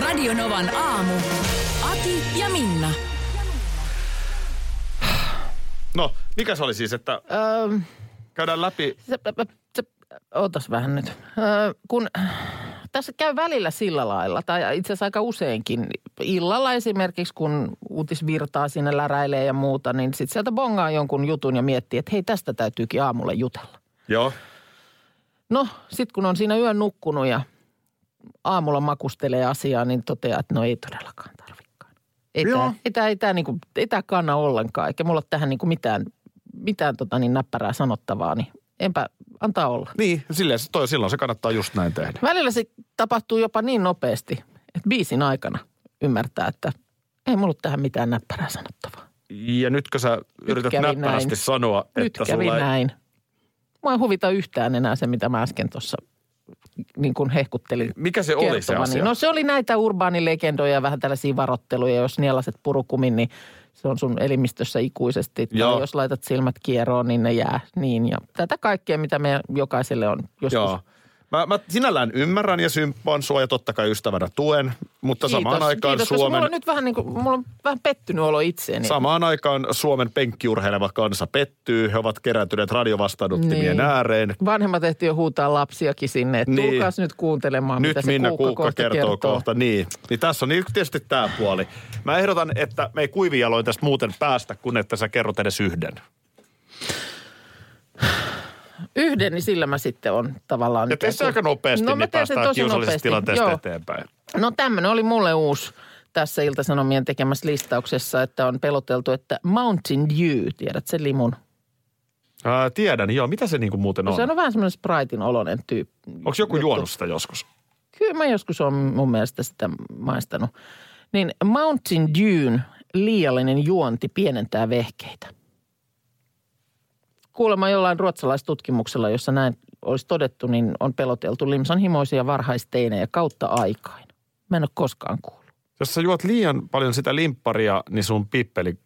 Radionovan aamu. Ati ja Minna. No, mikä se oli siis, että Öö, käydään läpi? se, se, ootas vähän nyt. Öö, kun tässä käy välillä sillä lailla, tai itse asiassa aika useinkin. Illalla esimerkiksi, kun uutisvirtaa sinne läräilee ja muuta, niin sitten sieltä bongaa jonkun jutun ja miettii, että hei, tästä täytyykin aamulla jutella. Joo. No, sitten kun on siinä yön nukkunut ja aamulla makustelee asiaa, niin toteaa, että no ei todellakaan tarvikaan. Ei Joo. tämä, ei tää, ei tää, niinku, ei tää kanna ollenkaan, eikä mulla ole tähän niinku mitään, mitään tota niin näppärää sanottavaa, niin enpä antaa olla. Niin, silleen, se- toi, silloin se kannattaa just näin tehdä. Välillä se tapahtuu jopa niin nopeasti, että biisin aikana ymmärtää, että ei mulla ole tähän mitään näppärää sanottavaa. Ja nytkö sä yrität kävi näppärästi näin. sanoa, Nyt että kävi sulla ei... näin. Mua ei huvita yhtään enää se, mitä mä äsken tuossa niin kuin hehkuttelin. Mikä se oli se kertomani. asia? No se oli näitä urbaanilegendoja ja vähän tällaisia varotteluja. Jos nielaset purukumin, niin se on sun elimistössä ikuisesti. Joo. Tai jos laitat silmät kieroon, niin ne jää niin. Ja tätä kaikkea, mitä me jokaiselle on joskus Joo. Mä, mä sinällään ymmärrän ja symppaan sua ja totta kai ystävänä tuen, mutta samaan aikaan kiitos, koska Suomen... Mulla on nyt niin. vähän, niin kuin, mulla on vähän pettynyt olo itseeni. Samaan aikaan Suomen penkkiurheileva kansa pettyy. He ovat kerääntyneet radiovastaanottimien Niin. ääreen. Vanhemmat ehti jo huutaa lapsiakin sinne, että Niin. niin. tulkaas nyt kuuntelemaan, Nyt mitä se Minna kuukka, Kuukka kohta kertoo, kohta. Niin. niin tässä on tietysti tämä puoli. Mä ehdotan, että me ei kuivijaloin tästä muuten päästä, kun että sä kerrot edes yhden. Yhden, niin sillä mä sitten on tavallaan... Ja nyt tee se joku- aika nopeasti, no, no, mä niin teen sen päästään tosi kiusallisesta nopeasti. tilanteesta Joo. eteenpäin. No tämmöinen oli mulle uusi tässä Ilta-Sanomien tekemässä listauksessa, että on peloteltu, että Mountain Dew, tiedät sen limun. Ää, tiedän, joo. Mitä se niinku muuten No. on? Se on vähän semmoinen Spritein oloinen tyyppi. Onko joku juonut sitä joskus? Kyllä mä joskus olen mun mielestä sitä maistanut. Niin Mountain Dewn liiallinen juonti pienentää vehkeitä. Kuulemma jollain ruotsalaistutkimuksella, jossa näin olisi todettu, niin on peloteltu limsan himoisia varhaisteinejä kautta aikain. Mä en ole koskaan kuullut. Jos sä juot liian paljon sitä limpparia, niin sun pippeli...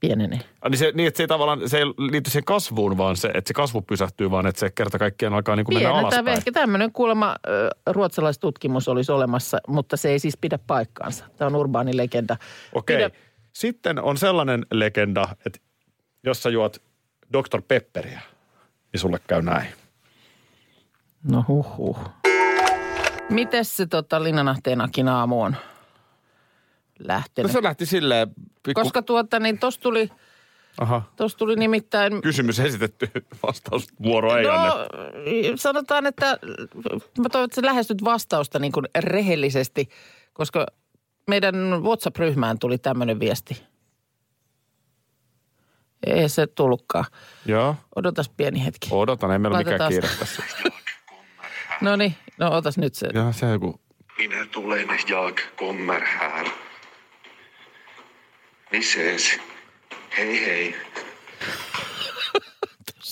Pienenee. Ah, Niin, se, niin, että se ei tavallaan se ei liity siihen kasvuun, vaan se, että se kasvu pysähtyy, vaan että se kerta kaikkiaan alkaa niin kuin mennä Pienentää alaspäin. vehke. Tämmöinen kuulemma ö, ruotsalaistutkimus olisi olemassa, mutta se ei siis pidä paikkaansa. Tämä on urbaani legenda. Okei. Pidä- Sitten on sellainen legenda, että jos sä juot Dr. Pepperia, niin sulle käy näin. No huhhuh. Mites se tota, Linnanahteenakin aamu on lähtenyt? No lähti silleen... Pikku... Koska tuota, niin tossa tuli, Aha. tos tuli nimittäin... Kysymys esitetty, vastausvuoro ei anna. no, sanotaan, että mä toivon, että sä lähestyt vastausta niin kuin rehellisesti, koska meidän WhatsApp-ryhmään tuli tämmöinen viesti. Ei se tullutkaan. Joo, Odotas pieni hetki. odotan, ei meillä ole mikään Laitetaan kiire tässä. No niin, no otas nyt se. Joo, se on joku... Minä tulen, jag kommer här. Vi ses. Hei hei.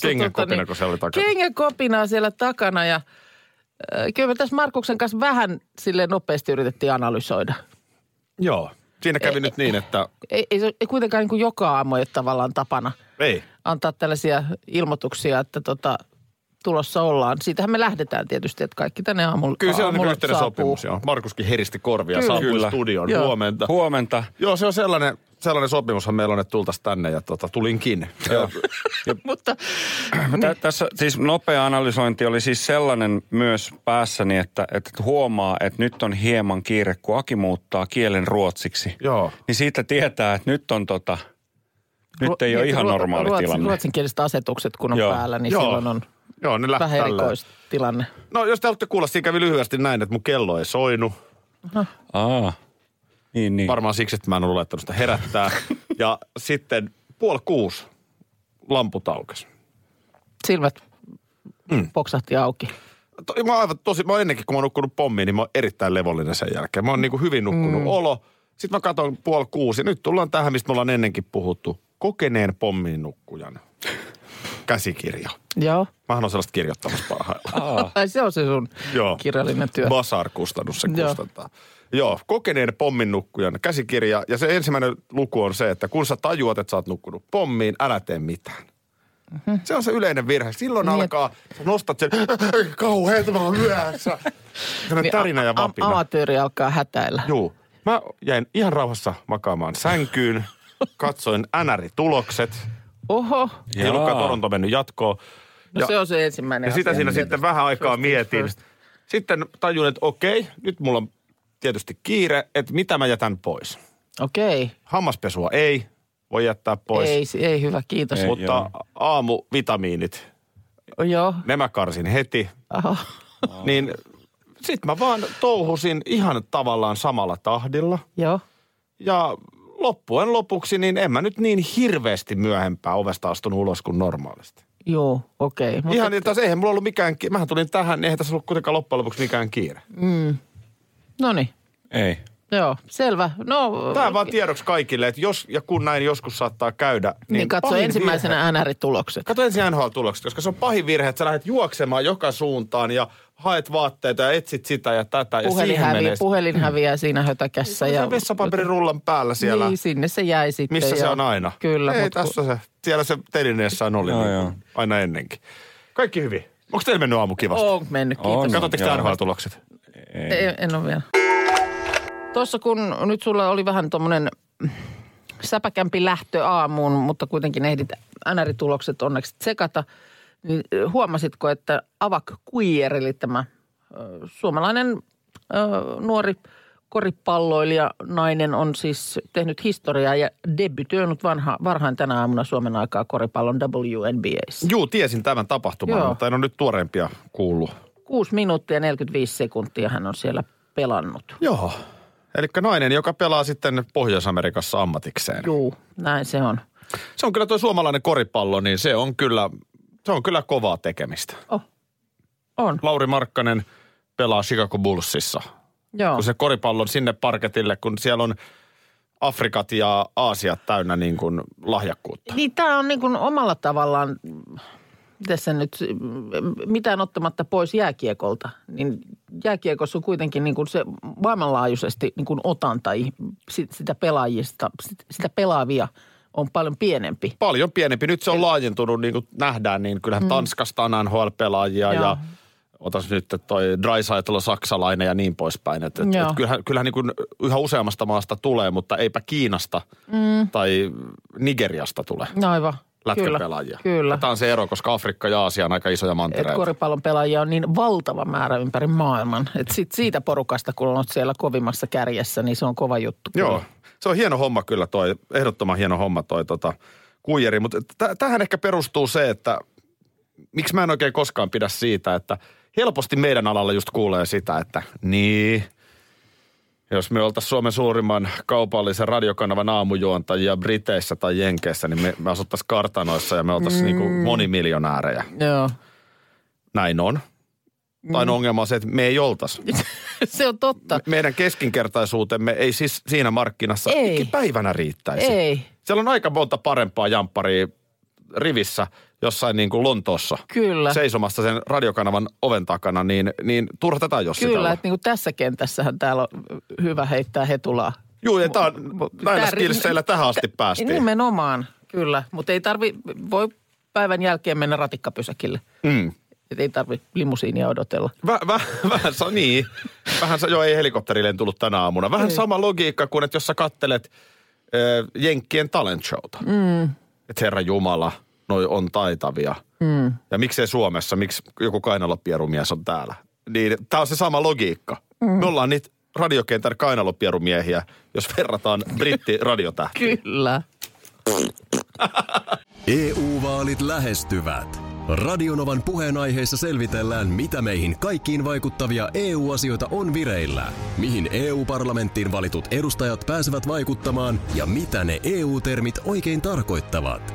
Kengän tota kopina, niin- kun se oli takana. Kengän kopinaa siellä takana ja äh, kyllä me tässä Markuksen kanssa vähän sille nopeasti yritettiin analysoida. Joo. Siinä kävi nyt niin, että... Ei, ei, se, ei kuitenkaan niin kuin joka aamu ole tavallaan tapana Ei. antaa tällaisia ilmoituksia, että tota, tulossa ollaan. Siitähän me lähdetään tietysti, että kaikki tänne aamulla Kyllä se on niin aamulla yhteinen Ah, saapuu. sopimus, joo. Markuskin heristi korvia, Kyllä. saapui Kyllä. studion Joo. huomenta. Huomenta. Joo, se on sellainen, sellainen sopimushan meillä on, että tultaisiin tänne ja tota, tulinkin. Joo. Mutta Tä, Niin. tässä siis nopea analysointi oli siis sellainen myös päässäni, että, että huomaa, että nyt on hieman kiire, kun Aki muuttaa kielen ruotsiksi. Joo. Niin siitä tietää, että nyt on tota, nyt ei ole niin, Ruo- ihan ruo- normaali ruotsin, tilanne. Ruotsinkieliset asetukset, kun on Joo. päällä, niin Joo. silloin on Joo, ne lähti vähän tällä. erikoistilanne. No jos te haluatte kuulla, siinä kävi lyhyesti näin, että mun kello ei soinut. Aa, niin, niin. Varmaan siksi, että mä en ollut laittanut sitä herättää. ja sitten puoli kuusi lamput aukesi. Silmät mm. poksahti auki. to, mä oon aivan tosi, mä oon ennenkin kun mä oon nukkunut pommiin, niin mä oon erittäin levollinen sen jälkeen. Mä oon niinku hyvin nukkunut mm. olo. Sitten mä katson puoli kuusi. Nyt tullaan tähän, mistä me ollaan ennenkin puhuttu. Kokeneen pommiin nukkujan käsikirja. Joo. Mähän on sellaista kirjoittamassa parhaillaan. Ai se on se sun Ah. Joo. kirjallinen työ. Basar kustannus se Joo. kustantaa. Joo, kokeneen pomminnukkujan käsikirja. Ja se ensimmäinen luku on se, että kun sä tajuat, että sä oot nukkunut pommiin, älä tee mitään. Se on se yleinen virhe. Silloin Mhm. Niin, niin. alkaa, sä nostat sen, kauheeta mä oon myöhässä. Sellainen tärinä ja Niin, a- a- vapina. Amatööri alkaa hätäillä. Joo. Mä jäin ihan rauhassa makaamaan sänkyyn, katsoin NR-tulokset. Oho. Ei Jaa. ollutkaan Toronto mennyt jatkoon. No se on se ensimmäinen Ja sitä asia. siinä sitten vähän aikaa First things mietin. first. Sitten tajun, että okei, nyt mulla on tietysti kiire, että mitä mä jätän pois. Okei. Hammaspesua ei voi jättää pois, Ei, si- ei hyvä, kiitos. Ei. mutta joo. aamuvitamiinit, Joo. ne mä karsin heti. Aha. Niin sit mä vaan touhusin ihan tavallaan samalla tahdilla. Joo. Ja loppujen lopuksi, niin en mä nyt niin hirveästi myöhempää ovesta astunut ulos kuin normaalisti. Joo, okei. Mutta- Ihan niin taas eihän mulla ollut mikään, ki- mähän tulin tähän, niin eihän tässä ollut kuitenkaan loppujen lopuksi mikään kiire. No niin. Ei. Joo, selvä. No, Tämä vaan tiedoksi kaikille, että jos ja kun näin joskus saattaa käydä, niin, niin, niin katso pahin Virhe, ensimmäisenä NR-tulokset. katso ensin NHL-tulokset, koska se on pahin virhe, että sä lähdet juoksemaan joka suuntaan ja haet vaatteita ja etsit sitä ja tätä ja Puhelin, siihen hävi, menee. Mm. puhelin häviää siinä hötäkässä. ja Ja, vessapaperin rullan päällä siellä, Niin, sinne se jäi sitten. missä se ja- on aina. Kyllä. Ei, mut kun- tässä se, siellä se telineessä on oli Joo, niin, joo. kuin aina ennenkin. Kaikki hyvin. Onko teillä mennyt aamu kivasti? On mennyt, kiitos. On. Katsotteko te Joo. NHL-tulokset? Ei, en ole vielä. Tuossa kun nyt sulla oli vähän tuommoinen säpäkämpi lähtö aamuun, mutta kuitenkin ehdit NR-tulokset onneksi tsekata, niin huomasitko, että Avak Kuijer, eli tämä ö, suomalainen ö, nuori koripalloilija nainen on siis tehnyt historiaa ja debytöinyt vanha, varhain tänä aamuna Suomen aikaa koripallon WNBAissa. Juu, tiesin tämän tapahtuman, Joo. mutta en ole nyt tuoreempia kuullut. Kuusi minuuttia 45 sekuntia hän on siellä pelannut. Joo. Eli nainen, joka pelaa sitten Pohjois-Amerikassa ammatikseen. Juu, näin se on. Se on kyllä tuo suomalainen koripallo, niin se on kyllä, se on kyllä kovaa tekemistä. Oh. On, Lauri Markkanen pelaa Chicago Bullsissa. joo. Kun se koripallon sinne parketille, kun siellä on Afrikat ja Aasiat täynnä niin kuin lahjakkuutta. Niin tämä on niin kuin omalla tavallaan mm, tässä nyt mm, mitään ottamatta pois jääkiekolta. Niin jääkiekossa on kuitenkin niin kuin se maailmanlaajuisesti niin kuin otanta ih- si- sitä pelaajista, sit- sitä pelaavia on paljon pienempi. Paljon pienempi. Nyt se on laajentunut, niin kuin nähdään, niin kyllähän Tanskasta on NHL-pelaajia Mm. Joo. ja otas nyt että toi Dreisaitl on saksalainen ja niin poispäin. Et, et, Joo. et kyllähän, kyllähän niin kuin yhä useammasta maasta tulee, mutta eipä Kiinasta Mm. tai Nigeriasta tule. No aivan. lätkäpelaajia. Kyllä. Tämä kyllä. on se ero, koska Afrikka ja Aasia on aika isoja Et mantereita. koripallon pelaajia on niin valtava määrä ympäri maailman. Et sit siitä porukasta, kun on siellä kovimmassa kärjessä, niin se on kova juttu. kyllä. Joo, se on hieno homma kyllä toi, ehdottoman hieno homma toi tota, kuijeri. Mutta t- tähän ehkä perustuu se, että miksi mä en oikein koskaan pidä siitä, että helposti meidän alalla just kuulee sitä, että niin, jos me oltaisiin Suomen suurimman kaupallisen radiokanavan aamujuontajia Briteissä tai Jenkeissä, niin me, me asuttaisiin kartanoissa ja me oltaisiin mm. niinku monimiljonäärejä. Joo. Näin on. Tai mm. ongelma on se, että me ei oltaisi. se on totta. Me- Meidän keskinkertaisuutemme ei siis siinä markkinassa Ei. ei. päivänä riittäisi. Ei. Siellä on aika monta parempaa jampparia rivissä jossain niin kuin Lontoossa. Kyllä. Seisomassa sen radiokanavan oven takana, niin, niin turha tätä jos Kyllä, että niin kuin tässä kentässähän täällä on hyvä heittää hetulaa. Juu, ja tää on, näillä Tää- Niin, skillseillä tähän asti päästiin. Nimenomaan, kyllä. Mutta ei tarvi, voi päivän jälkeen mennä ratikkapysäkille. Mm. Et ei tarvi limusiinia odotella. Vä, vä, vähän sa, niin. Vähän sa, joo, ei helikopterille tullut tänä aamuna. Vähän sama logiikka kuin, että jos sä kattelet ö, Jenkkien talent showta. Mm. Että herra Jumala, noi on taitavia. Mm. Ja miksei Suomessa, miksi joku kainalopierumies on täällä. Niin tää on se sama logiikka. Mm. Me ollaan niitä radiokentän kainalopierumiehiä, jos verrataan brittiradiotähtiä. Kyllä. EU-vaalit E lähestyvät. Radionovan puheenaiheessa selvitellään, mitä meihin kaikkiin vaikuttavia EU-asioita on vireillä, mihin EU-parlamenttiin valitut E edustajat pääsevät vaikuttamaan ja mitä ne EU-termit oikein tarkoittavat.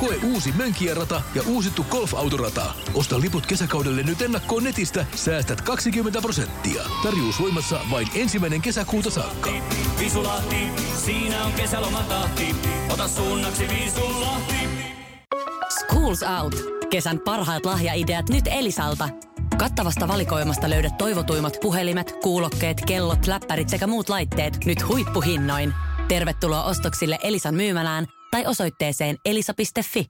Koe uusi Mönkijärata ja uusittu golfautorata. Osta liput kesäkaudelle nyt ennakkoon netistä, säästät 20 prosenttia. Tarjous voimassa vain ensimmäinen kesäkuuta saakka. Visulahti, siinä on kesälomatahti. Ota suunnaksi Visulahti. Schools Out. Kesän parhaat lahjaideat nyt Elisalta. Kattavasta valikoimasta löydät toivotuimmat puhelimet, kuulokkeet, kellot, läppärit sekä muut laitteet nyt huippuhinnoin. Tervetuloa ostoksille Elisan myymälään tai osoitteeseen elisa.fi.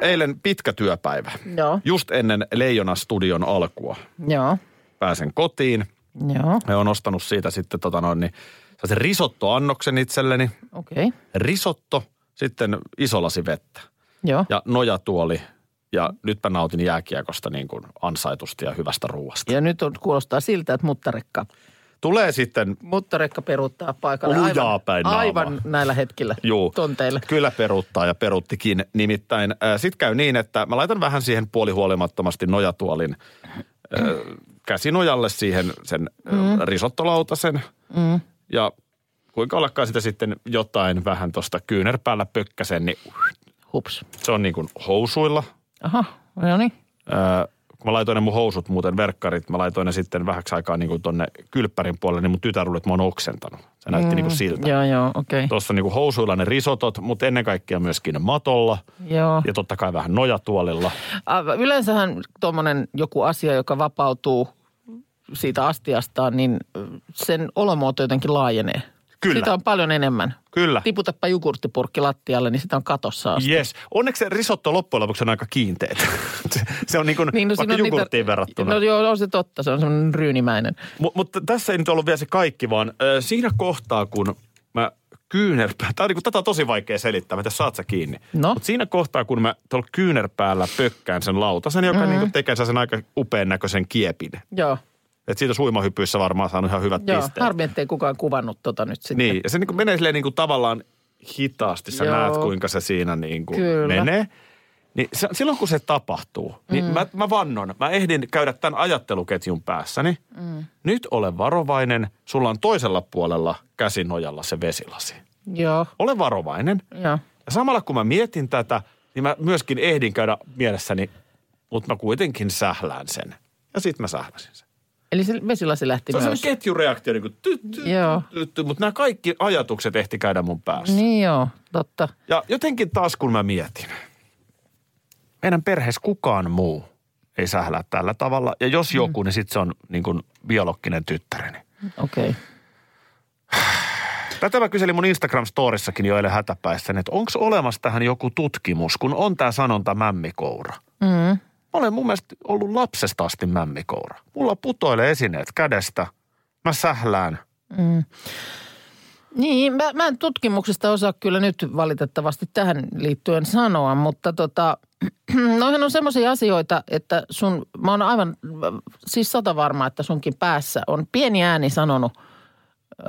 Eilen pitkä työpäivä. Joo, Just ennen Leijona-studion alkua joo, pääsen kotiin. joo, Ja on ostanut siitä sitten tota noin, niin, sellaisen risottoannoksen itselleni. okei, okay. Risotto, sitten iso lasi vettä joo. ja nojatuoli. Ja nyt mä nautin jääkiekosta niin kuin ansaitusti ja hyvästä ruoasta. Ja nyt on, kuulostaa siltä, että muttarekka, Tulee sitten, muttarekka peruuttaa paikalle Lujaa aivan, päin naamaa. aivan näillä hetkillä juu, tonteilla. kyllä peruuttaa ja peruuttikin. Nimittäin sitten käy niin, että mä laitan vähän siihen puolihuolimattomasti nojatuolin ää, käsinojalle siihen sen mm. risottolautasen. Mm. Ja kuinka ollakaan sitä sitten jotain vähän tuosta kyynärpäällä pökkäsen, niin Hups. se on niin kuin housuilla – Aha, no niin. Öö, kun mä laitoin ne mun housut muuten, verkkarit, mä laitoin ne sitten vähäksi aikaa niin kuin tonne kylppärin puolelle, niin mun tytär luuli, että mä oon oksentanut. Se näytti niin kuin siltä. Mm, Joo, joo, okei. Okay. Tuossa niin kuin housuilla ne risotot, mutta ennen kaikkea myöskin matolla Joo. ja totta kai vähän nojatuolilla. Aivan. Äh, Yleensähän tuommoinen joku asia, joka vapautuu siitä astiastaan, niin sen olomuoto jotenkin laajenee. Kyllä. Sitä on paljon enemmän. Kyllä. Tiputappa jogurttipurkki lattialle, niin sitä on katossa asti. Yes. Onneksi se risotto loppujen lopuksi on aika kiinteet. se, se on niin kuin niin, no, siinä vaikka on niitä- jogurttiin verrattuna. No joo, on se totta. Se on semmoinen ryynimäinen. M- mutta tässä ei nyt ollut vielä se kaikki, vaan ö, siinä kohtaa, kun mä kyynärpää... Tää on, niinku, tätä on tosi vaikea selittää, mä tässä saat sä kiinni. No. Mutta siinä kohtaa, kun mä tuolla kyynärpäällä pökkään sen lautasen, joka Mm-hmm. mm. niinku tekee sen aika upean näköisen kiepin. Joo, Et siitä suimahypyissä varmaan saanut ihan hyvät joo. pisteet. harmi, ettei kukaan kuvannut tota nyt sitten. Niin, ja se niinku menee silleen niinku tavallaan hitaasti. Sä Joo. näet, kuinka se siinä niinku Kyllä. menee. Niin se, silloin, kun se tapahtuu, niin Mm. mä, mä vannon, mä ehdin käydä tämän ajatteluketjun päässäni. Mm. Nyt ole varovainen, sulla on toisella puolella käsinojalla se vesilasi. Joo, Ole varovainen. joo. Ja samalla kun mä mietin tätä, niin mä myöskin ehdin käydä mielessäni, mutta mä kuitenkin sählään sen. Ja sit mä sähläsin sen. Eli se vesilasi lähti Se on myös. semmoinen ketjureaktio, niin kuin tyt, tyt, Joo. tyt, tyt, mutta nämä kaikki ajatukset ehti käydä mun päässä. Niin joo, totta. Ja jotenkin taas kun mä mietin, meidän perheessä kukaan muu ei sählää tällä tavalla. Ja jos Mm. joku, niin sitten se on niin kuin biologinen tyttäreni. Okei. Okay. Tätä mä kyselin mun Instagram-storissakin jo eilen hätäpäissäni, että onko olemassa tähän joku tutkimus, kun on tämä sanonta mämmikoura. Mm. Mä olen mun mielestä ollut lapsesta asti mämmikoura. Mulla putoilee esineet kädestä, mä sählään. Niin, mä, mä en tutkimuksesta osaa kyllä nyt valitettavasti tähän liittyen sanoa, mutta tota, noihän on semmoisia asioita, että sun, mä oon aivan siis sata varma, että sunkin päässä on pieni ääni sanonut ö,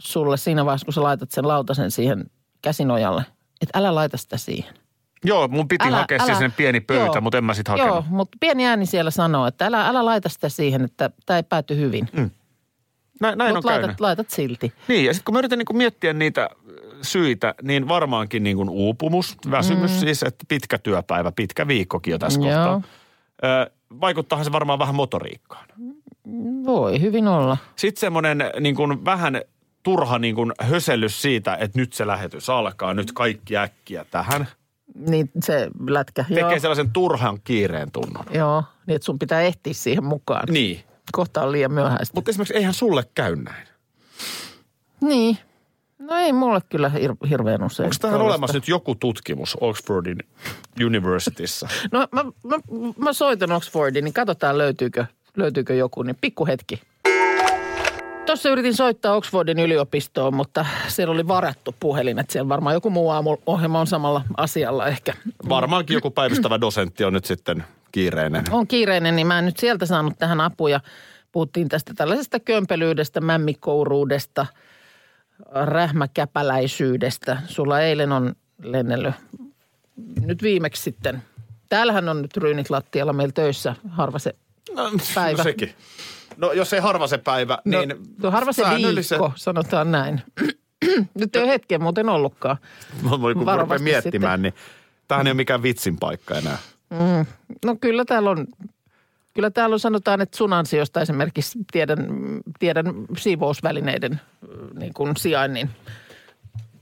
sulle siinä vaiheessa, kun sä laitat sen lautasen siihen käsinojalle, että älä laita sitä siihen. Joo, mun piti Älä- hakea älä- siis sen pieni pöytä, joo. mutta en mä sit hakenut. Joo, mutta pieni ääni siellä sanoo, että älä, älä laita sitä siihen, että tämä ei pääty hyvin. Mm, Näin, näin on mutta käynyt. laitat, laitat silti. Niin, ja sitten kun mä yritän niinku miettiä niitä syitä, niin varmaankin niinku uupumus, väsymys mm. siis, että pitkä työpäivä, pitkä viikkokin jo tässä Joo. kohtaa. Ö, vaikuttaahan se varmaan vähän motoriikkaan. Voi hyvin olla. Sitten semmoinen niinku vähän turha niinku hösellys siitä, että nyt se lähetys alkaa, nyt kaikki äkkiä tähän. Niin se lätkä. Tekee joo. sellaisen turhan kiireen tunnon. Joo, niin että sun pitää ehtiä siihen mukaan. Niin. Niin, Kohta on liian myöhäistä. mutta esimerkiksi eihän sulle käy näin. Niin. No ei mulle kyllä hir- hirveän usein. Onko tähän tollasta. olemassa nyt joku tutkimus Oxfordin Universityssä? No mä, mä, mä soitan Oxfordiin, niin katsotaan löytyykö, löytyykö joku, niin pikku hetki. Tuossa yritin soittaa Oxfordin yliopistoon, mutta siellä oli varattu puhelin, että siellä varmaan joku muu aamuohjelma on samalla asialla ehkä. Varmaankin joku päivystävä dosentti on nyt sitten kiireinen. On kiireinen, niin mä en nyt sieltä saanut tähän apuja. Puhuttiin tästä tällaisesta kömpelyydestä, mämmikouruudesta, rähmäkäpäläisyydestä. Sulla eilen on lennellyt nyt viimeksi sitten. Täällähän on nyt ryynit lattialla meillä töissä harva se No, Päivä. No sekin. No jos ei harva se päivä, No, niin... no harva se säännölliset- viikko, sanotaan näin. Nyt ei ole hetkeä muuten ollutkaan. Mä voin kun mä Varovasti rupean miettimään, niin tämähän ei ole mikään vitsin paikka enää. No kyllä täällä on, kyllä täällä on sanotaan, että sun ansiosta esimerkiksi tiedän, tiedän siivousvälineiden ö, niin kuin sijainnin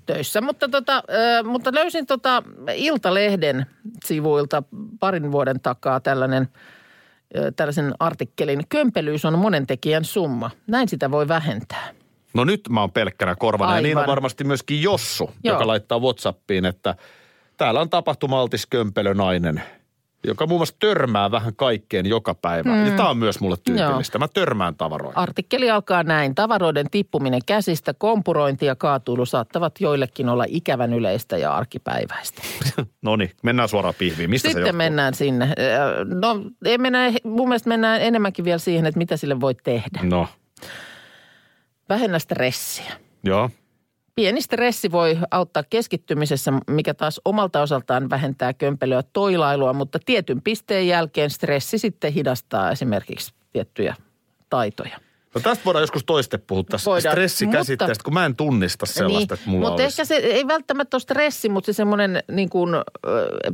töissä. Mutta, tota, ö, mutta löysin tota Iltalehden sivuilta parin vuoden takaa tällainen ö, tällaisen artikkelin. Kömpelyys on monen tekijän summa. Näin sitä voi vähentää. No nyt mä oon pelkkänä korvana. Ja niin on Aivan. varmasti myöskin Jossu, Joo. joka laittaa Whatsappiin, että täällä on tapahtumaltis kömpelönainen, joka muun muassa törmää vähän kaikkeen joka päivä. Mm. Ja tämä on myös mulle tyypillistä. Mä törmään tavaroihin. Artikkeli alkaa näin. Tavaroiden tippuminen käsistä, kompurointi ja kaatuilu saattavat joillekin olla ikävän yleistä ja arkipäiväistä. No niin, mennään suoraan pihviin. Mistä se Sitten johtuu? mennään sinne. Ö, No ei mennä, mun mielestä mennään enemmänkin vielä siihen, että mitä sille voi tehdä. No, Vähennä stressiä. joo. Pieni stressi voi auttaa keskittymisessä, mikä taas omalta osaltaan vähentää kömpelöä toilailua, mutta tietyn pisteen jälkeen stressi sitten hidastaa esimerkiksi tiettyjä taitoja. No tästä voidaan joskus toiste puhua tässä Voidaan, stressikäsitteestä, mutta- kun mä en tunnista sellaista, että mulla Mutta olisi. Niin, ehkä se ei välttämättä ole stressi, mutta se semmoinen niin kuin, ö,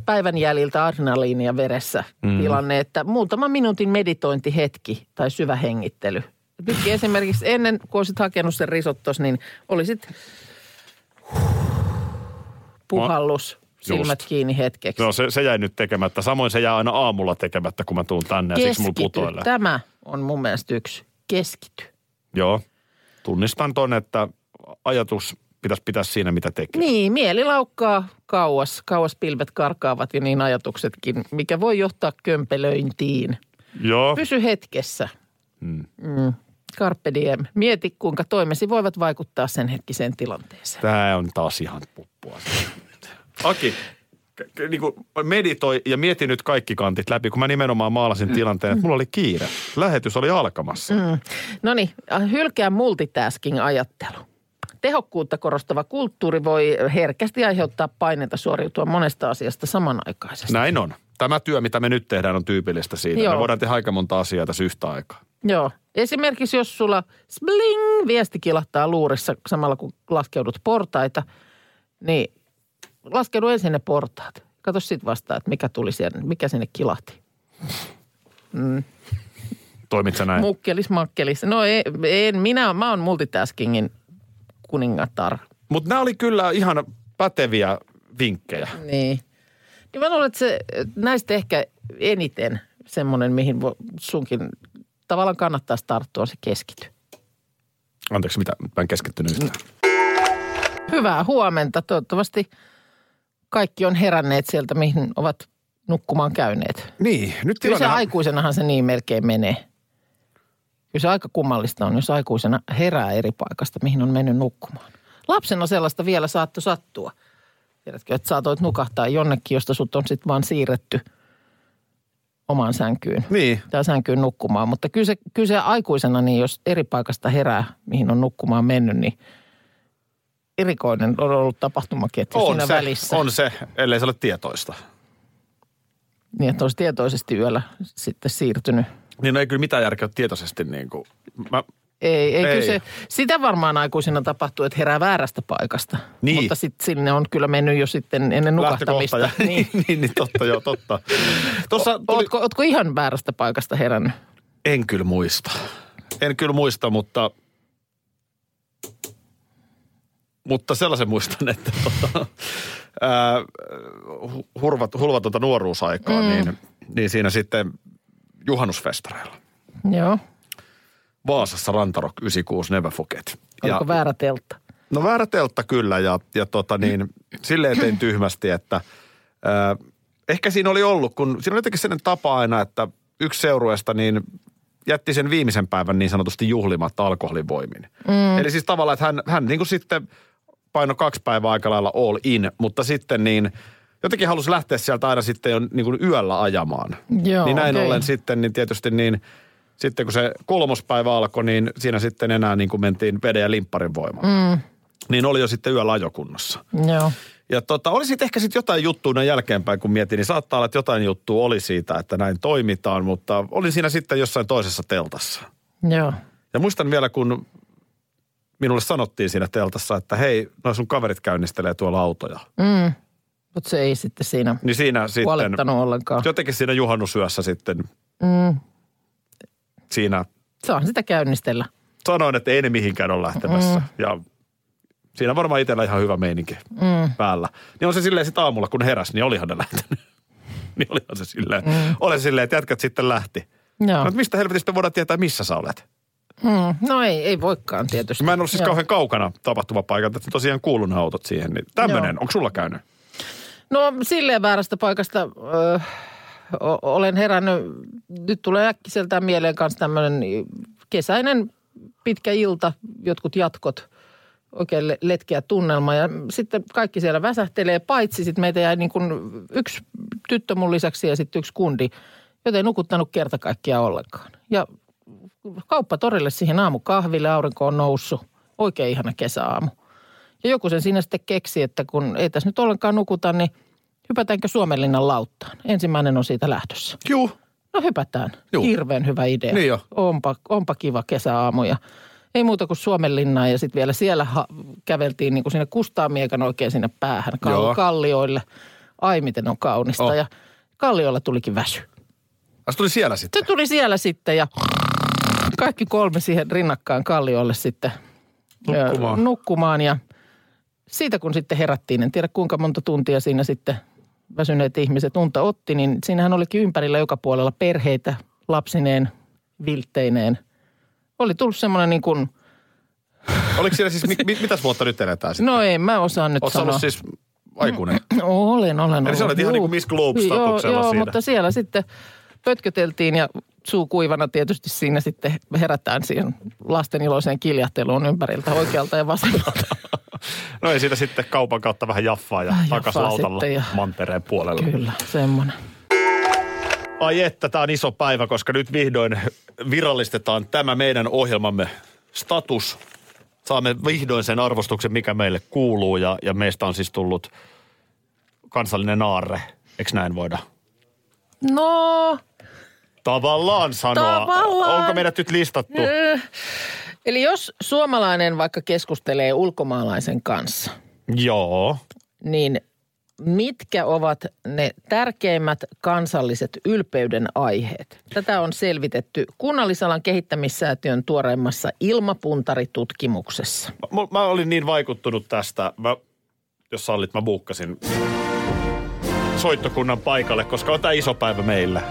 päivän jäljiltä adrenaliinia veressä mm. tilanne, että muutama minuutin meditointihetki tai syvä hengittely. Nytkin esimerkiksi ennen kuin olisit hakenut sen risottos, niin olisit puhallus, silmät kiinni hetkeksi. No se, se jäi nyt tekemättä. Samoin se jää aina aamulla tekemättä, kun mä tuun tänne ja siksi mulla Keskity. putoilee. Tämä on mun mielestä yksi. Keskity. Joo. Tunnistan ton, että ajatus pitäisi pitää siinä, mitä tekee. Niin, mieli laukkaa kauas, kauas pilvet karkaavat ja niin ajatuksetkin, mikä voi johtaa kömpelöintiin. Joo. Niin. Pysy hetkessä. Mm. Carpe diem. Mieti, kuinka toimesi voivat vaikuttaa sen hetkiseen tilanteeseen. Tää on taas ihan puppua. Aki, k- k- niin kuin meditoi ja mieti nyt kaikki kantit läpi, kun mä nimenomaan maalasin tilanteen, että mulla oli kiire. Lähetys oli alkamassa. Mm. No niin, hylkää multitasking-ajattelu. Tehokkuutta korostava kulttuuri voi herkästi aiheuttaa paineita suoriutua monesta asiasta samanaikaisesti. Näin on. Tämä työ, mitä me nyt tehdään, on tyypillistä siitä. Joo. Joo. Me voidaan tehdä aika monta asiaa tässä yhtä aikaa. Joo. Esimerkiksi jos sulla spling viesti kilahtaa luurissa samalla kun laskeudut portaita, niin laskeudu ensin ne portaat. Kato sit vasta, että mikä tuli siellä, mikä sinne kilahti. Toimit sä näin? Mukkelis, makkelis. No ei, en, minä, mä oon multitaskingin kuningatar. Mutta nämä oli kyllä ihan päteviä vinkkejä. Niin. Niin mä luulen, että se, näistä ehkä eniten semmoinen, mihin vo, sunkin tavallaan kannattaisi tarttua, on se keskity. Anteeksi, mitä? Mä en keskittynyt yhtään. Hyvää huomenta. Toivottavasti kaikki on heränneet sieltä, mihin ovat nukkumaan käyneet. Niin, nyt Kyllä se tilanne... aikuisenahan se niin melkein menee. Kyllä se aika kummallista on, jos aikuisena herää eri paikasta, mihin on mennyt nukkumaan. Lapsena sellaista vielä saattoi sattua. Tiedätkö, että saatoit nukahtaa jonnekin, josta sut on sitten vaan siirretty omaan sänkyyn Niin, tai sänkyyn nukkumaan. Mutta kyllä se, kyllä se aikuisena, niin jos eri paikasta herää, mihin on nukkumaan mennyt, niin erikoinen on ollut tapahtumaketju on siinä se, välissä. on se, ellei se ole tietoista. Niin, että olisi tietoisesti yöllä sitten siirtynyt. Niin no ei kyllä mitään järkeä ole tietoisesti niin kuin... Mä... Ei, ei, Ei. ei. Kyllä se, sitä varmaan aikuisena tapahtuu, että herää väärästä paikasta. Niin. Mutta sitten sinne on kyllä mennyt jo sitten ennen nukahtamista. Lähtökohta ja... Niin. niin, niin, totta, joo, totta. Tuossa tuli... Ootko, ootko ihan väärästä paikasta herännyt? En kyllä muista. En kyllä muista, mutta... Mutta sellaisen muistan, että tota, ää, hu- hurvat, hulvatonta nuoruusaikaa, mm. niin, niin siinä sitten juhannusfestareilla. Joo. Vaasassa Rantarok 96 Never Forget. Oliko Ja- väärä teltta? No väärä teltta kyllä ja, ja tota niin, silleen tein tyhmästi, että ö, ehkä siinä oli ollut, kun siinä oli jotenkin sellainen tapa aina, että yksi seurueesta niin jätti sen viimeisen päivän niin sanotusti juhlimatta alkoholin voimin. Mm. Eli siis tavallaan, että hän, hän niin kuin sitten paino kaksi päivää aika lailla all in, mutta sitten niin jotenkin halusi lähteä sieltä aina sitten jo niin kuin yöllä ajamaan. Joo, niin näin okei. ollen sitten, niin tietysti niin sitten kun se kolmospäivä alkoi, niin siinä sitten enää niin kuin mentiin veden ja limpparin voimaan. Mm. niin oli jo sitten yöllä ajokunnossa. Joo. Ja tota, oli siitä ehkä sitten jotain juttua näin jälkeenpäin, kun mietin, niin saattaa olla, että jotain juttua oli siitä, että näin toimitaan, mutta olin siinä sitten jossain toisessa teltassa. Joo. Ja muistan vielä, kun minulle sanottiin siinä teltassa, että hei, noi sun kaverit käynnistelee tuolla autoja. Mm. Mutta se ei sitten siinä Niin siinä sitten, kuolettanut ollenkaan. jotenkin siinä juhannusyössä sitten Mm. siinä Saan sitä käynnistellä. sanoin, että ei ne mihinkään ole lähtemässä. Mm. Ja siinä varmaan itsellä ihan hyvä meininki mm. päällä. Niin on se silleen sitten aamulla, kun heräs, niin olihan ne lähtenyt. niin olihan se silleen. Mm. Ole silleen, että jätkät sitten lähti. No. Joo. Mutta mistä helvetistä voidaan tietää, missä sä olet? Mm. No ei, ei voikaan tietysti. Mä en ollut siis Joo. kauhean kaukana tapahtumapaikalta, että tosiaan kuulun autot siihen. Niin tämmönen, Joo. onko sulla käynyt? No silleen väärästä paikasta ö, o- olen herännyt. Nyt tulee äkkiseltään mieleen kanssa tämmöinen kesäinen pitkä ilta, jotkut jatkot, oikein le- letkeä tunnelma. Ja sitten kaikki siellä väsähtelee, paitsi sitten meitä jäi niin kuin yksi tyttö mun lisäksi ja sitten yksi kundi, jota ei nukuttanut kerta kaikkiaan ollenkaan. Ja kauppatorille siihen aamukahville, aurinko on noussut. Oikein ihana kesäaamu. Ja joku sen siinä sitten keksi, että kun ei tässä nyt ollenkaan nukuta, niin hypätäänkö Suomenlinnan lauttaan? Ensimmäinen on siitä lähdössä. Juu. No hypätään. Juu. Juu. Hirveän hyvä idea. Niin jo. Onpa, onpa kiva kesäaamu ja ei muuta kuin Suomenlinnaan ja sitten vielä siellä ha- käveltiin niin kuin sinne Kustaamiekan oikein sinne päähän Joo. kal- kallioille. Ai miten on kaunista Oh. oh. ja kalliolla tulikin väsy. Ai se tuli siellä sitten. Se tuli siellä sitten ja kaikki kolme siihen rinnakkaan kalliolle sitten Nukkumaan. ö, nukkumaan ja siitä kun sitten herättiin, en tiedä kuinka monta tuntia siinä sitten väsyneet ihmiset unta otti, niin siinähän olikin ympärillä joka puolella perheitä lapsineen, viltteineen. Oli tullut semmoinen niin kuin, Oliko siellä siis, mit, mit, mitäs vuotta nyt eletään sitten? no Mm. ei mä osaan nyt Oot sä sanoa. ollut siis aikuinen? Olen, olen. Eli sä ollut, olet ihan niin juu. kuin Miss Globes-statuksella joo, joo, siinä. mutta siellä sitten pötköteltiin ja suu kuivana tietysti siinä sitten herätään siihen lasten iloiseen kiljahteluun ympäriltä oikealta ja vasemmalta. No ei siinä sitten kaupan kautta vähän jaffaa ja Ai, takas jaffaa lautalla sitten ja- mantereen puolella. Kyllä, semmoinen. Ai että, tämä on iso päivä, koska nyt vihdoin virallistetaan tämä meidän ohjelmamme status. Saamme vihdoin sen arvostuksen, mikä meille kuuluu ja, ja meistä on siis tullut kansallinen aarre. Eikö näin voida? No, Tavallaan sanoa. Tavallaan. Onko meidät nyt listattu? äh, eli jos suomalainen vaikka keskustelee ulkomaalaisen kanssa, Joo. niin mitkä ovat ne tärkeimmät kansalliset ylpeyden aiheet? Tätä on selvitetty kunnallisalan kehittämissäätiön tuoreimmassa ilmapuntaritutkimuksessa. Mä, mä olin niin vaikuttunut tästä. Mä, jos sallit, mä buukkasin soittokunnan paikalle, koska on tämä iso päivä meillä.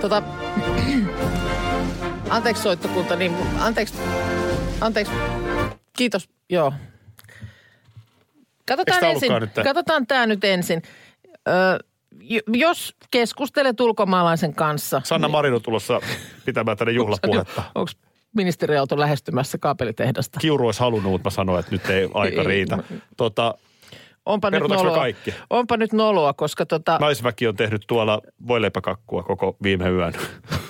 Tota, anteeksi soittokunta, niin anteeksi, anteeksi, kiitos, joo. Eikö Katsotaan tää ensin, ollutkaan nyt tää? katsotaan tämä nyt ensin. Ö, j- jos keskustelet ulkomaalaisen kanssa, Sanna Marin on tulossa pitämään tänne juhlapuhetta. onko ministeriauto lähestymässä kaapelitehdasta? Kiuru olisi halunnut, mutta mä sanoin, että nyt ei aika Ei. riitä. Tota, Onpa nyt, Kerrotaanko me noloa. kaikki? Onpa nyt noloa, koska tota, naisväki on tehnyt tuolla voileipäkakkua koko viime yön.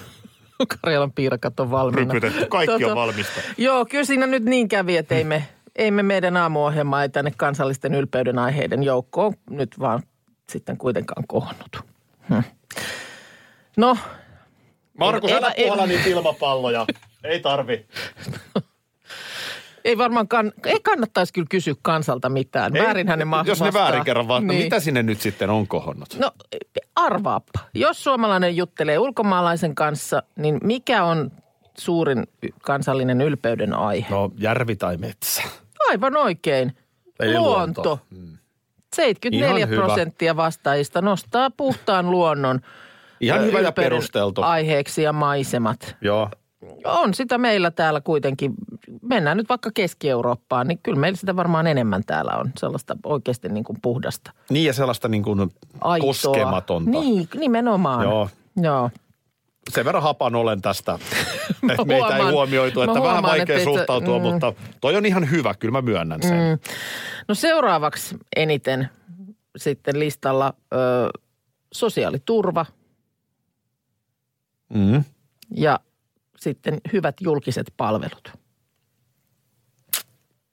Karjalan piirakat on valmiina. Rypytetty. Kaikki Tuota- on valmista. Joo, kyllä siinä nyt niin kävi, että ei me, ei me meidän aamuohjelmaa ei tänne kansallisten ylpeyden aiheiden joukkoon nyt vaan sitten kuitenkaan kohonnut. Hm. No, Markus, Ei- älä ei- puhala niitä ilmapalloja. Ei tarvi. ei varmaan kann, ei kannattaisi kyllä kysyä kansalta mitään. Ei, Väärinhän ne ma- Jos ne vastaa. väärin kerran vaan, niin. Niin. mitä sinne nyt sitten on kohonnut? No arvaappa, jos suomalainen juttelee ulkomaalaisen kanssa, niin mikä on suurin y- kansallinen ylpeyden aihe? No järvi tai metsä. Aivan oikein. Ei luonto. luonto. 74 Ihan hyvä. prosenttia vastaajista nostaa puhtaan luonnon Ihan ö, hyvä ja ylpeyden perusteltu. aiheeksi ja maisemat. Joo. On sitä meillä täällä kuitenkin. Mennään nyt vaikka Keski-Eurooppaan, niin kyllä meillä sitä varmaan enemmän täällä on. Sellaista oikeasti niin kuin puhdasta, Niin ja sellaista niin kuin aitoa. koskematonta. Niin, nimenomaan. Joo. Joo. Sen verran hapan olen tästä, että meitä ei huomaan. huomioitu, Mä että vähän huomaan, vaikea että et sä- suhtautua, mm. mutta toi on ihan hyvä, kyllä mä myönnän sen. Mm. No seuraavaksi eniten sitten listalla ö, sosiaaliturva Mm. ja sitten hyvät julkiset palvelut.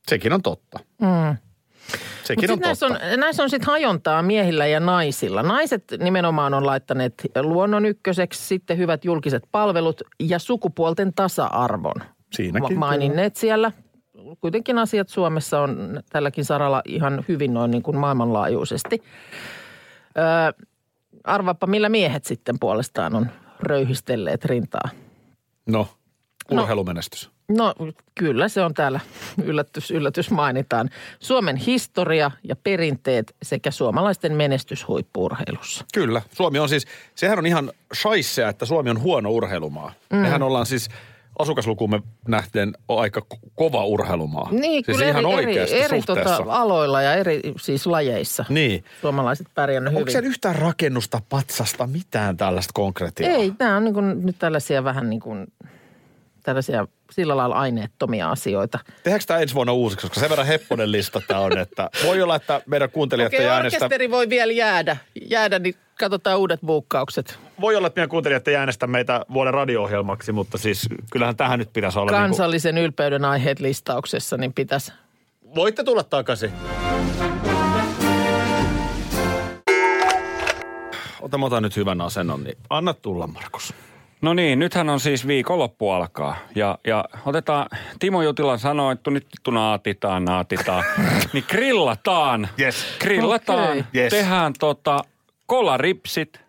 Sekin on totta. Mm. Sekin Mut on sit näissä totta. on, näissä on sitten hajontaa miehillä ja naisilla. Naiset nimenomaan on laittaneet luonnon ykköseksi, sitten hyvät julkiset palvelut ja sukupuolten tasa-arvon. Siinäkin. Ma- maininneet siellä. Kuitenkin asiat Suomessa on tälläkin saralla ihan hyvin noin niin kuin maailmanlaajuisesti. Öö, arvaappa, millä miehet sitten puolestaan on röyhistelleet rintaa. No, urheilumenestys. No kyllä se on täällä, yllätys, yllätys mainitaan. Suomen historia ja perinteet sekä suomalaisten menestys huippuurheilussa. Kyllä. Suomi on siis, sehän on ihan shaissea, että Suomi on huono urheilumaa. Mm. Mehän ollaan siis asukaslukumme nähden aika ko- kova urheilumaa. Niin, siis kyllä ihan eri, oikeasti eri, eri suhteessa. tota, aloilla ja eri siis lajeissa Niin. suomalaiset pärjännyt Onko hyvin. siellä yhtään rakennusta, patsasta, mitään tällaista konkretiaa? Ei, nämä on niin kuin, nyt tällaisia vähän niin kuin, tällaisia sillä lailla aineettomia asioita. Tehdäänkö tämä ensi vuonna uusiksi, koska sen verran hepponen lista tämä on, että voi olla, että meidän kuuntelijat Okei, ei äänestä, orkesteri voi vielä jäädä, jäädä, niin katsotaan uudet buukkaukset. Voi olla, että meidän kuuntelijat ei äänestä meitä vuoden radio-ohjelmaksi, mutta siis kyllähän tähän nyt pitäisi olla. niinku- Kansallisen ylpeyden aiheet listauksessa, niin pitäisi. Niin kuin, voitte tulla takaisin. ota, mä otan nyt hyvän asennon, niin anna tulla Markus. No niin, nythän on siis viikonloppu alkaa. Ja, ja otetaan, Timo Jutila sanoi, että nyt vittu naatitaan, naatitaan. niin grillataan. Yes. Grillataan. Okei. Yes. Tehdään tota kolaripsit.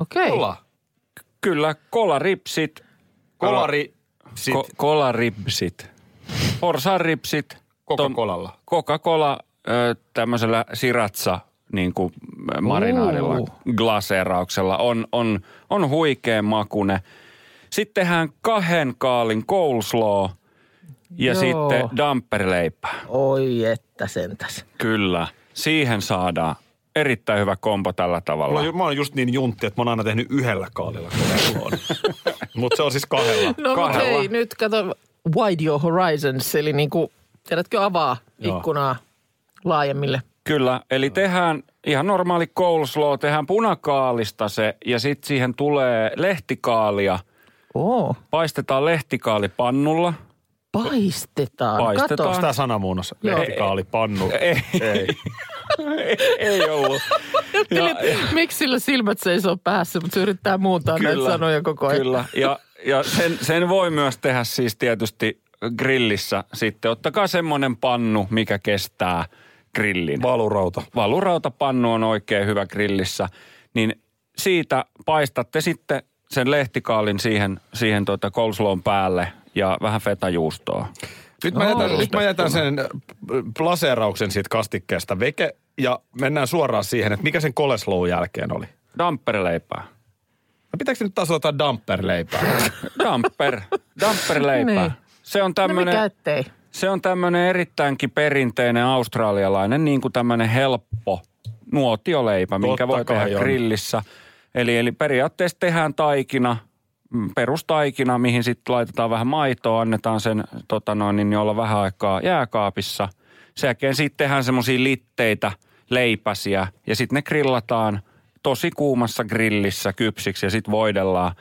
Okei. Kyllä, kolaripsit. Kolari, sit Ko- kolaripsit. Porsaripsit. Coca-Colalla. Coca-Cola ö, tämmöisellä siratsa niin kuin ö, marinaadilla, Uu. glaseerauksella on, on, on huikea makune. Sitten tehdään kahden kaalin coleslaw ja Joo. sitten dampperileipää. Oi että sentäs. Kyllä, siihen saadaan erittäin hyvä kompo tällä Mä tavalla. oon, ju- mä oon just niin juntti, että mä oon aina tehnyt yhdellä kaalilla kokeilua. Mutta se on siis kahdella. No mutta Kahdella. hei, nyt kato Wide Your Horizons, eli niin kuin, tiedätkö, avaa Joo. ikkunaa laajemmille. Kyllä, eli tehdään ihan normaali coleslaw, tehdään punakaalista se ja sitten siihen tulee lehtikaalia. Oo. Paistetaan lehtikaali pannulla. Paistetaan. Paistetaan. Kato. Onko tämä sanamuunnos? Joo. Lehtikaali, pannu. Ei, Ei. ei ollut. Ajattelin, Miksi sillä silmät seisoo päässä, mutta se yrittää muuntaa näitä sanoja koko ajan. No, Kyllä, ja, ja sen, sen voi myös tehdä siis tietysti grillissä sitten. Ottakaa semmoinen pannu, mikä kestää grillin. Valurauta. Valurautapannu on oikein hyvä grillissä. Niin siitä paistatte sitten sen lehtikaalin siihen, siihen tuota coleslawn päälle ja vähän fetajuustoa. Nyt mä, jätän, nyt mä jätän sen äh, plaseerauksen siitä kastikkeesta veke ja mennään suoraan siihen, että mikä sen koleslow jälkeen oli. Dampperleipää. No Pitääkö se nyt taas ottaa damperleipää? Damper. Damperleipää. Niin. Se on No mikä tämmöinen... ettei. Se on tämmöinen erittäinkin perinteinen australialainen, niin kuin tämmöinen helppo nuotioleipä, Totta minkä voi kai tehdä on. grillissä. Eli, eli periaatteessa tehdään taikina, mm, perustaikina, mihin sitten laitetaan vähän maitoa, annetaan sen tota noin, niin olla vähän aikaa jääkaapissa. Sen jälkeen sitten tehdään semmoisia litteitä, leipäsiä ja sitten ne grillataan tosi kuumassa grillissä kypsiksi ja sitten voidellaan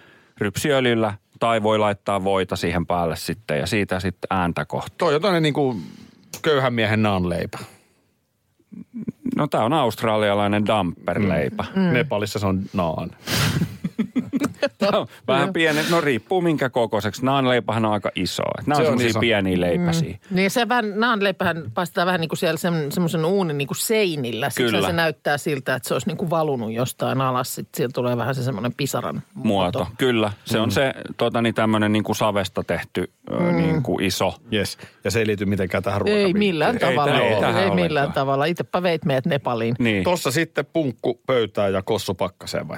rypsiöljyllä tai voi laittaa voita siihen päälle sitten ja siitä sitten ääntä kohti. Toi on toinen niinku köyhän miehen naanleipä. No tämä on australialainen damperleipä. Mm. Mm. Nepalissa se on naan. Vähän pienet, no riippuu minkä kokoiseksi. Naanleipähän on aika iso. Mm. Nämä Se on on semmoisia iso. pieniä leipäsiä. Niin ja se vähän, naanleipähän paistetaan vähän niin kuin siellä sen, semmoisen uunin niin kuin seinillä. Kyllä. Kyllä. se näyttää siltä, että se olisi niin kuin valunut jostain alas. Sitten siellä tulee vähän se semmoinen pisaran Muoto. muoto. Kyllä, se on se tota, niin tämmöinen niin kuin savesta tehty mm. niin kuin iso. Yes. Ja se ei liity mitenkään tähän Ei ruokamiin. millään tavalla. tähän- ei Ei, tähän ei millään ollenkaan. tavalla. Itsepä veit meidät Nepaliin. Niin, Tos. Tossa sitten punkku pöytään ja kossu pakkaseen vai?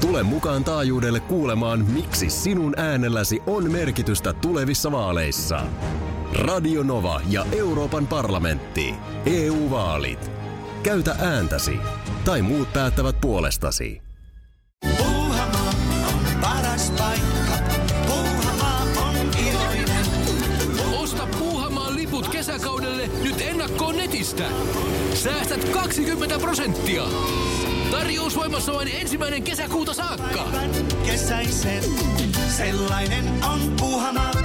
Tule mukaan taajuudelle kuulemaan, miksi sinun äänelläsi on merkitystä tulevissa vaaleissa. Radio Nova ja Euroopan parlamentti. EU-vaalit. E Käytä ääntäsi. Tai muut päättävät puolestasi. Puuhamaa on paras paikka. Puuhamaa on iloinen. Osta Puuhamaan liput kesäkaudelle nyt ennakkoon netistä. Säästät 20 prosenttia. Tarjous voimassa vain ensimmäinen kesäkuuta saakka. Kesäisen, sellainen on Puuhamaa.